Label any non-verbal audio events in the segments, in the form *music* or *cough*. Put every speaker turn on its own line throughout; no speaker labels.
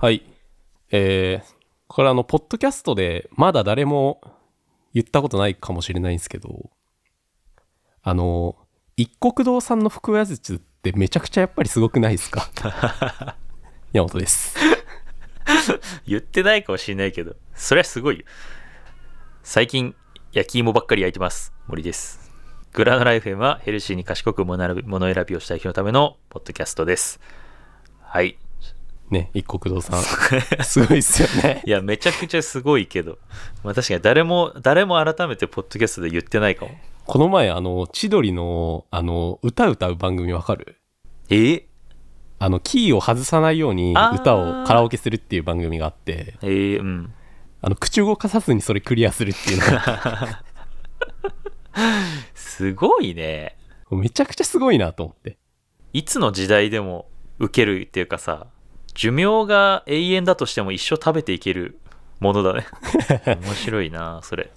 はい。えー、これあの、ポッドキャストでまだ誰も言ったことないかもしれないんですけど、あの、一国堂さんの腹話術ってめちゃくちゃやっぱりすごくないですか
*laughs*
山本です。
言ってないかもしれないけど、そりゃすごいよ。最近、焼き芋ばっかり焼いてます。森です。グラノライフ m はヘルシーに賢く物選び物選びをしたい人のためのポッドキャストです。はい。 *laughs*
ね、一国堂さん。すごいっすよね
い。や、めちゃくちゃすごいけど、まあ確かに誰も、誰も改めてポッドキャストで言ってないかも。
この前、あの、千鳥の、あの、歌歌う番組わかる
え
あの、キーを外さないように
あー
歌をカラオケするっていう番組があって、
えーうん。
あの、口動かさずにそれクリアするっていうの
*laughs*
が、
すごいね。
めちゃくちゃすごいなと思って。
いつの時代でも受けるっていうかさ、寿命が永遠だとしても一生食べていけるもの
*laughs*
だね。面白いな、それ。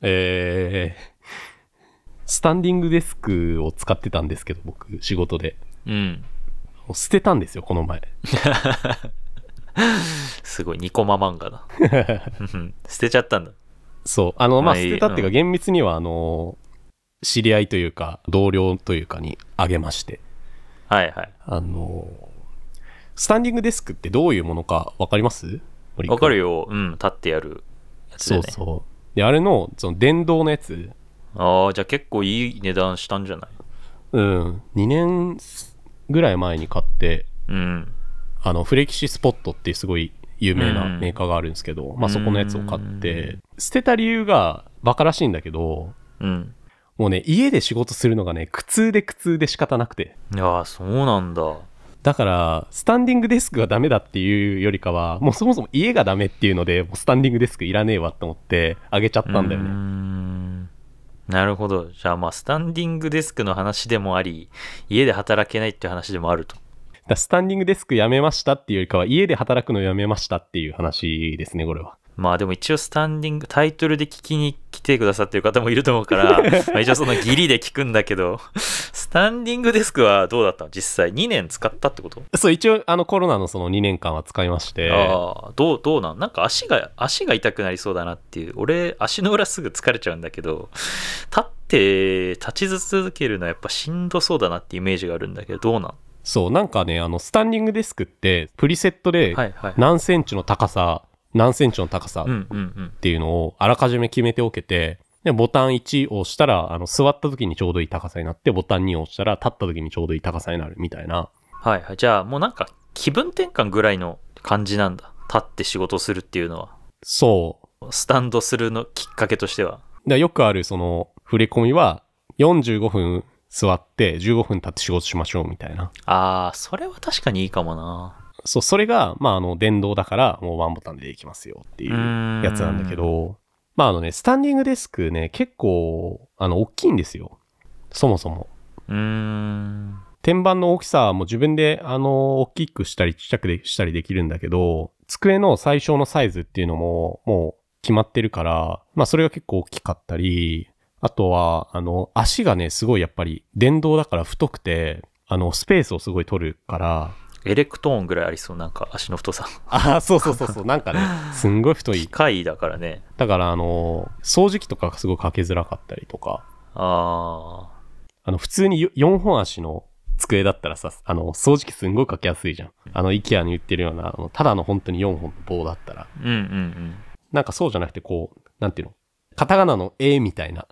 えー、スタンディングデスクを使ってたんですけど、僕、仕事で。
うん。
もう捨てたんですよ、この前。
すごい、ニコマ漫
*laughs*
画だ。 *laughs* うん捨てちゃったんだ。
そう。あの、まあ、
は
捨
い
てたっていうか、
うん
厳密には、あの、知り合いというか、同僚というかにあげまして。
はいはい。
あの、スタンディングデスクってどういうものかわかります
わかる
よ。
よ。うん、立ってやるやつ
そ
だよ
う
ね。
そう。で、あれの、その、電動のやつ、
ああ、じゃあ結構いい値段したんじゃない
うん、2年ぐらい前に買って、
うん。
あの、フレキシスポットっていうすごい有名な
うん
メーカーがあるんですけど、まあそこのやつを買って
う、
捨てた理由がバカらしいんだけど、
うん。
もうね、家で仕事するのがね、苦痛で苦痛で仕方なくて。
いやー、そうなんだ。
だから、スタンディングデスクがダメだっていうよりかは、もうそもそも家がダメっていうので、もうスタンディングデスクいらねえわと思って、あげちゃったんだよ
うー
ね。
んなるほど。じゃあまあ、スタンディングデスクの話でもあり、家で働けないっていう話でもあると。
だからスタンディングデスクやめましたっていうよりかは、家で働くのやめましたっていう話ですね、これは。
まあでも一応スタンディング、タイトルで聞きに来てくださってる方もいると思うから、まあ一応そのギリで聞くんだけど、スタンディングデスクはどうだったの実際2年使ったってこと、
そう、一応、あの、コロナのその2年間は使いまして、
ああ、どう、どうなんなんか足が、足が痛くなりそうだなっていう。俺、足の裏すぐ疲れちゃうんだけど、立って、立ち続けるのはやっぱしんどそうだなってイメージがあるんだけど、どうなん
そう、なんかね、あの、スタンディングデスクって、プリセットで、
はいはい。
何センチの高さ、何センチの高さ
うんう
っ
んうん。
ていうのを、あらかじめ決めておけて、で、ボタン1を押したら、あの、座った時にちょうどいい高さになって、ボタン2を押したら、立った時にちょうどいい高さになるみたいな。
はいはい。じゃあもうなんか気分転換ぐらいの感じなんだ。立って仕事するっていうのは。
そう。
スタンドするのきっかけとしては。
だからよくある、その、触れ込みは、45分座って、15分経って仕事しましょうみたいな。
ああ、それは確かにいいかもな。
そう、それが、まあ、あの、電動だから、もうワンボタンでできますよっていう
うーん
やつなんだけど、まあ、あのね、スタンディングデスクね、結構、あの、大きいんですよ。そもそも。
うーん。
天板の大きさも自分で、あの、大きくしたり、ちっちゃくでしたりできるんだけど、机の最小のサイズっていうのも、もう決まってるから、まあ、それが結構大きかったり、あとは、あの、足がね、すごいやっぱり、電動だから太くて、あの、スペースをすごい取るから、
エレクトーンぐらいありそう。なんか足の太さ。
ああ、そうそうそうそう、なんかね、 *laughs* すんごい太い
機。械だからね。
だから、あの、掃除機とかがすごいかけづらかったりとか、
ああ。
あの、普通に4本足の机だったらさ、あの、掃除機すんごいかけやすいじゃん。あの、IKEA に売ってるような、あのただの本当に4本の棒だったら。
うんうんうん。
なんかそうじゃなくて、こう、なんていうのカタカナの A みたいな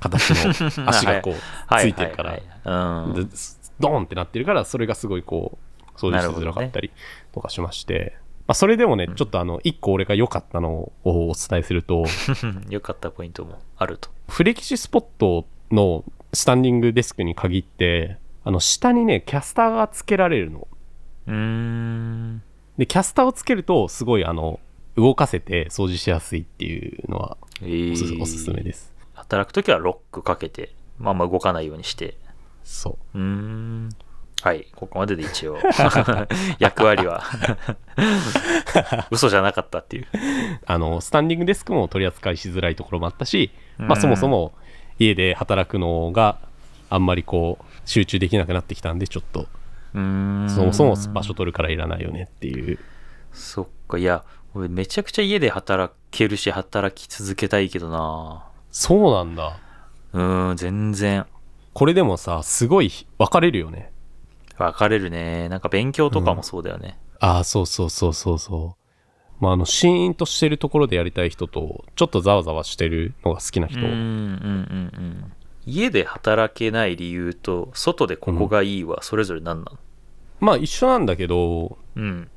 形
*laughs*
の足がこう、
は
ついてるから
は、いはいはい、うん。
でドーンってなってるから、それがすごいこう、掃除しづらかったりとかしまして。まあ、それでもね、ちょっとあの、一個俺が良かったのをお伝えすると、
*laughs* よかったポイントもあると。
フレキシスポットのスタンディングデスクに限って、あの、下にね、キャスターがつけられるの。
うーん。
で、キャスターをつけると、すごい、あの、動かせて掃除しやすいっていうのは
え
おす、
ー
おすすめです。
働くときはロックかけて、まあまあ動かないようにして。
そう
ーん。はい、ここまでで一応。 *laughs* 役割は。嘘じゃなかったっていう。
う。あの、スタンディングデスクも取り扱いしづらいところもあったし、まあ、
うん
そもそも家で働くのがあんまりこう、集中できなくなってきたんで、ちょっと、
うーん
そもそも場所取るからいらないよねっていう
そっか、いや、俺めちゃくちゃ家で働けるし、働き続けたいけどな
そうなんだ。
うーん、全然。
これでもさ、すごい分かれるよね。
分かれるね。なんか勉強とかもそうだよね。
ああ、そうそうそうそうそう。まあ、あの、シーンとしてるところでやりたい人と、ちょっとざわざわしてるのが好きな
う
人。
ん、うん、うん、うん。家で働けない理由と、外でここがいいは、それぞれ何なの
まあ、一緒なんだけど、
うん。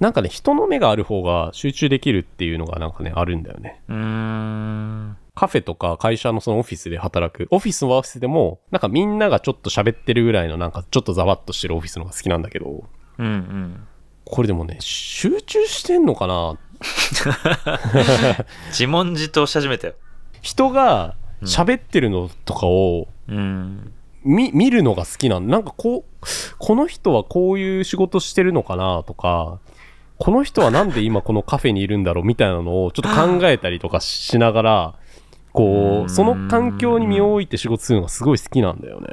なんかね、人の目がある方が集中できるっていうのがなんかね、あるんだよね。
うーん。
カフェとか会社のそのオフィスで働く。オフィスはオフィスでも、なんかみんながちょっと喋ってるぐらいのなんかちょっとざわっとしてるオフィスのが好きなんだけど、
うん、うん。
これでもね、集中してんのかな
自問自答し始めたよ。
人が喋ってるのとかを
うん。
見見るのが好きなんなんかこう、この人はこういう仕事してるのかなとか、この人はなんで今このカフェにいるんだろうみたいなのをちょっと考えたりとかしながら、こ
うーん
う、その環境に身を置いて仕事するのがすごい好きなんだよね。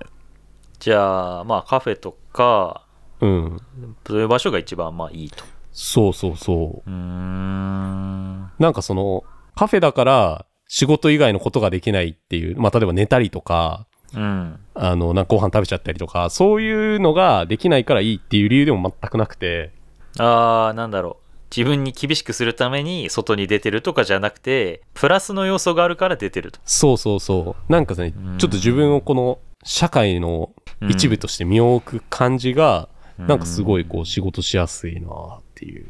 じゃあ、まあカフェとか、
うん。
そういう場所が一番まあいいと。
そうそうそう
ーん。
う。なんかその、カフェだから仕事以外のことができないっていう、まあ例えば寝たりとか、
うん。
あの、なんかご飯食べちゃったりとか、そういうのができないからいいっていう理由でも全くなくて、
ああ、なんだろう。自分に厳しくするために外に出てるとかじゃなくて、プラスの要素があるから出てると。
そうそうそう。なんかね
うん、
ちょっと自分をこの社会の一部として身を置く感じが、
うん
なんかすごいこう仕事しやすいなっていう。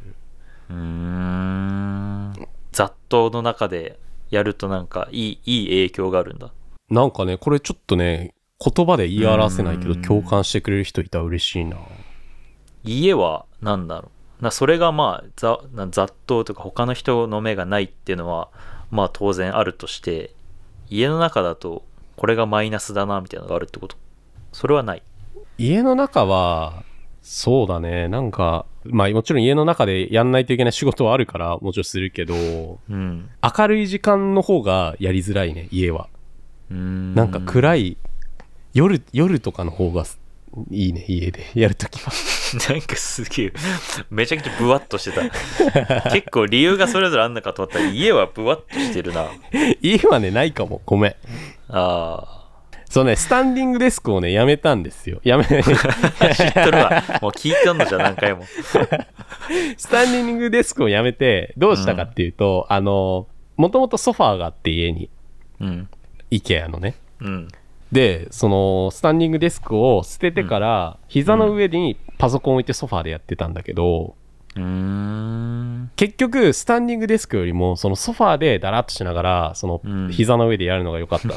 うーん。雑踏の中でやるとなんかいい、いい影響があるんだ。
なんかね、これちょっとね、言葉で言い表せないけど
うん
共感してくれる人いたら嬉しいな。
家はなんだろう。なそれがまあざな雑踏とか他の人の目がないっていうのはまあ当然あるとして家の中だとこれがマイナスだなみたいなのがあるってことそれはない
家の中は、そうだね、なんか、まあもちろん家の中でやんないといけない仕事はあるから、もちろんするけど、
うん
明るい時間の方がやりづらいね、家は。
な
なんか暗い、夜、夜とかの方がいいね、家で *laughs* やるときは。
*laughs* なんかすげえめちゃくちゃブワッとしてた *laughs* 結構理由がそれぞれあんのかと思ったら家はブワッとしてるな
家はね、ないかも。ごめん。
あ *laughs*
そうね、スタンディングデスクをね、やめたんですよ。やめ、ス
ー知っとるわもう聞いてんのじゃん何回も
タンディングデスクをやめて、どうしたかっていうと、あの、もともとソファーがあって家に、
うん
イケアのね。
うん
で、その、スタンディングデスクを捨ててから、膝の上にパソコン置いてソファーでやってたんだけど、
うーん
結局、スタンディングデスクよりも、そのソファーでだらっとしながら、そ
うん
の、膝の上でやるのが良かったの。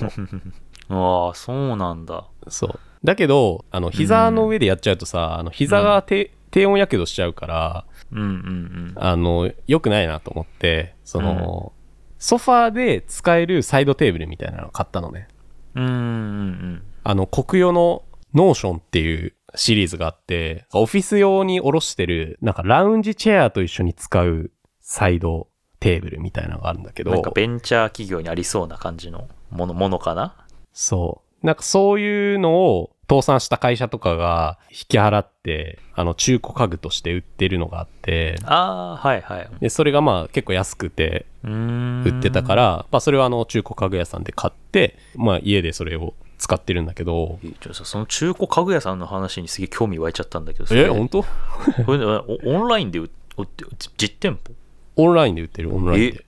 ああそうなんだ
そう。だけど、あの、膝の上でやっちゃうとさ、あの、膝が低、低温やけどしちゃうから、
うんうん
あの、良くないなと思って、その、ソファーで使えるサイドテーブルみたいなのを買ったのね。
うん。うんうん
あの、国用のノーションっていうシリーズがあって、オフィス用におろしてる、なんかラウンジチェアと一緒に使うサイドテーブルみたいなのがあるんだけ
うん。な
ど
んか、ベンチャー企業にありそうな感じのものものかな
そう。なんかそういうのを倒産した会社とかが引き払って、あの、中古家具として売ってるのがあって、
ああ、はいはい。
で、それがまあ結構安くて、
うーん。。
売ってたからら、まあそれはあの中古家具屋さんで買って、まあ家でそれを使ってるんだけど、
ちょっとさその中古家具屋さんの話にすげえ興味湧いちゃったんだけどそれ
え、本当
これおオンラインで売売ってじ実店舗
オンラインで売ってる、オンラインで。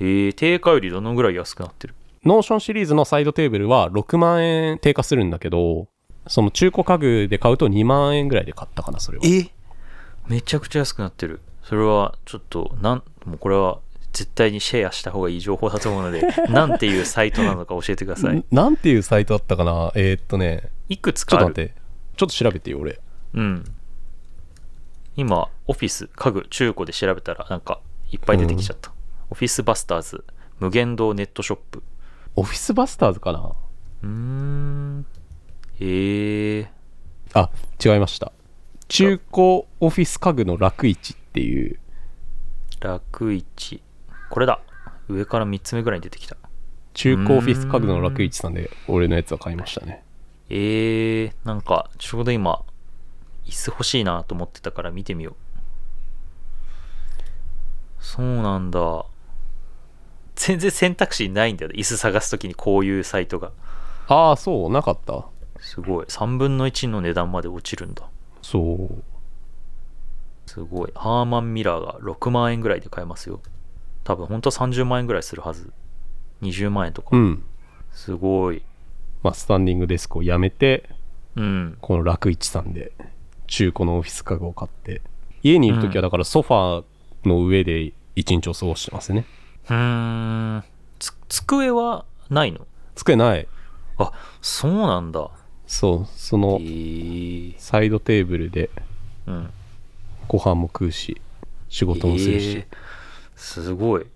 えー、定価よりどのぐらい安くなってる
ノーションシリーズのサイドテーブルは6万円低下するんだけど、その中古家具で買うと2万円ぐらいで買ったかな、それは。
えめちゃくちゃ安くなってるそれはちょっとなんもうこれは絶対にシェアした方がいい情報だと思うの *laughs* でなんていうサイトなのか教えてください
んなんていうサイトだったかなえーっとね、
いくつ
ちょ
か
っと
ある
待って、ちょっと調べてよ、俺。
うん。今、オフィス、家具、中古で調べたら、なんか、いっぱい出てきちゃった。オフィスバスターズ、無限堂ネットショップ。
オフィスバスターズかな
うーん。へえ。
あ、違いました。中古オフィス家具の楽市っていう、
楽市。これだ。上から3つ目ぐらいに出てきた。
中古オフィス家具の楽市さんで俺のやつは買いましたね。
えー、なんか、ちょうど今、椅子欲しいなと思ってたから見てみよそうなんだ。全然選択肢ないんだよね。椅子探すときにこういうサイトが。
ああ、そう、なかった。
すごい。3分の1の値段まで落ちるんだ。
そう。
すごい。ハーマンミラーが6万円ぐらいで買えますよ。多分本当は30万円ぐらいするはず。20万円とか。
うん。
すごい。
まあ、スタンディングデスクをやめて、
うん。
この楽市さんで、中古のオフィス家具を買って、家にいるときはだからソファーの上で一日を過ごしてますね。
うーん。つ机はないの
机ない。
あ、そうなんだ。
そう、そ
へ
の
ー
サイドテーブルで
うん。
ご飯も食うし、仕事もするし。
へーすごい。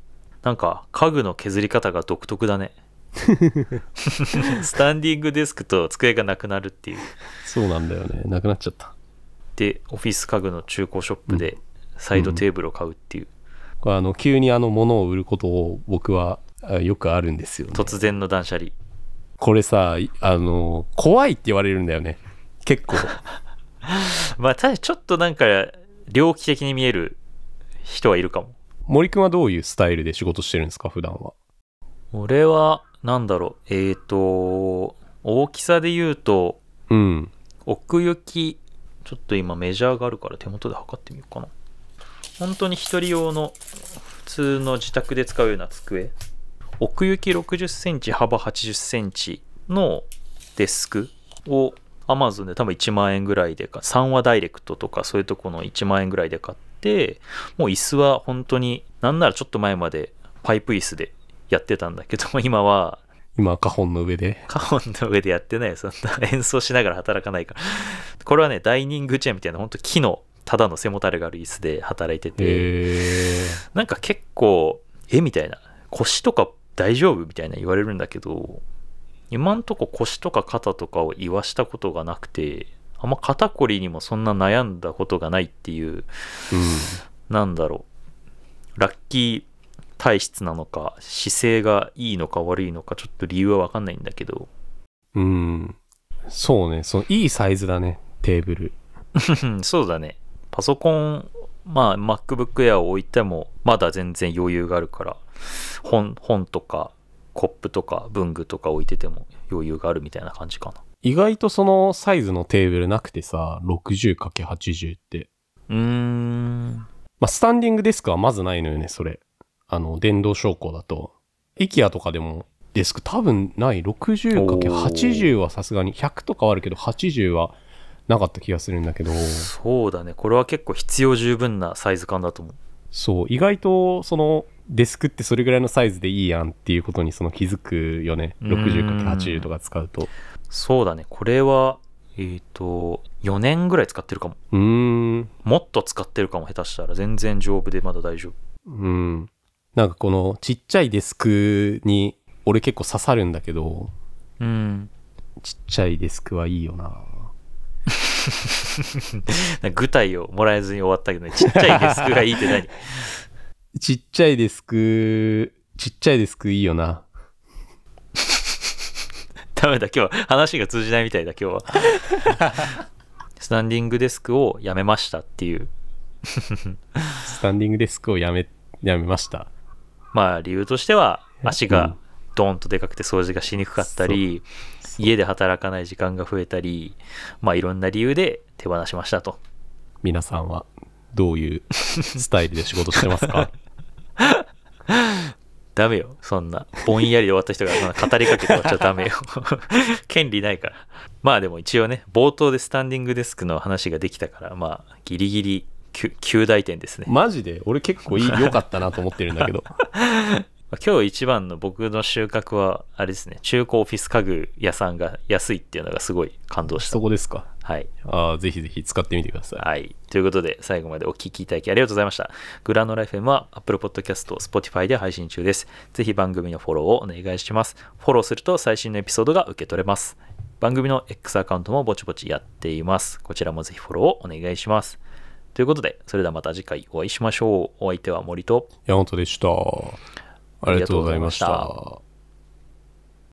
なんか家具の削り方が独
*laughs*
特だね。スタンディングデスクと机がなくなるっていう。
そうなんだよね。なくなっちゃった。
で、オフィス家具の中古ショップでサイドテーブルを買うっていう。
これあの、急にあの、物を売ることを僕はあよくあるんですよね。
突然の断捨離。 *laughs*
これさ、いあの、怖いって言われるんだよね。結構。
まあ、ただちょっとなんか、猟奇的に見える人はいるかも。
森くんはどういうスタイルで仕事してるんですか、普段は。
俺は、なんだろう、えーと、大きさで言うと、
うん。
奥行き、ちょっと今メジャーがあるから手元で測ってみようかな。本当に一人用の普通の自宅で使うような机。奥行き60センチ、幅80センチのデスクを Amazon で多分1万円ぐらいでか、三和ダイレクトとかそういうとこの1万円ぐらいで買って、もう椅子は本当に、なんならちょっと前までパイプ椅子でやってたんだけど、今は
今、花本の上で。
カホンの上でやってないよそんな演奏しながら働かないから。これはね、ダイニングチェアみたいな、本当木の、ただの背もたれがある椅子で働いてて、
へ
なんか結構、えみたいな、腰とか大丈夫みたいな言われるんだけど、今んとこ腰とか肩とかを言わしたことがなくて、あんま肩こりにもそんな悩んだことがないっていう、
ーうん。
なんだろう、ラッキー体質なのか、姿勢がいいのか悪いのか、ちょっと理由はわかんないんだけど、
うん。そうね。その、いいサイズだね。テーブル。
うんそうだね。パソコン、まあ、MacBook Air を置いても、まだ全然余裕があるから、本、本とか、コップとか、文具とか置いてても余裕があるみたいな感じかな。
意外とそのサイズのテーブルなくてさ、60×80 って。
うーん。
まあ、スタンディングデスクはまずないのよね、それ。あの、電動昇降だと。IKEA とかでもデスク多分ない。60×80 はさすがに、100とかはあるけど、80はなかった気がするんだけど、
そうだね。これは結構必要十分なサイズ感だと思う。
そう、意外とその、デスクってそれぐらいのサイズでいいやんっていうことにその気づくよね。60×80 とか使うと。
そうだね。これは、えっ、と、4年ぐらい使ってるかも。
うーん。
もっと使ってるかも、下手したら。全然丈夫でまだ大丈夫。
うん。なんかこのちっちゃいデスクに俺結構刺さるんだけど、
うん。
ちっちゃいデスクはいいよな。
なんか具体をもらえずに終わったけどね。ちっちゃいデスクがいいって何
ちっちゃいデスク、ちっちゃいデスクいいよな。
ダメだ、今日は話が通じないみたいだ、今日は。スタンディングデスクをやめましたっていう、
スタンディングデスクをやめ、やめました。
まあ理由としては、足がドーンとでかくて掃除がしにくかったり、家で働かない時間が増えたり、まあいろんな理由で手放しましたと。
皆さんはどういうスタイルで仕事してます
*laughs*
か
ダメよ、そんな。ぼんやりで終わった人がそんな語りかけて終わっちゃダメよ。 *laughs* 権利ないから。まあでも一応ね、冒頭でスタンディングデスクの話ができたから、まあギリギリ9大点ですね。
マジで俺結構いい、良かったなと思ってるんだけど。 *laughs*
まあ今日一番の僕の収穫は、あれですね、中古オフィス家具屋さんが安いっていうのがすごい感動した
そ。こですか。
はい。
ああ、ぜひぜひ使ってみてください。
はい。ということで、最後までお聞きいただきありがとうございました。グラノライフ M は Apple Podcast、Spotify で配信中です。ぜひ番組のフォローをお願いします。フォローすると最新のエピソードが受け取れます。番組の X アカウントもぼちぼちやっています。こちらもぜひフォローをお願いします。ということで、それではまた次回お会いしましょう。お相手は森と、
山本でした。ありがとうございまし
ありがとうございま
た。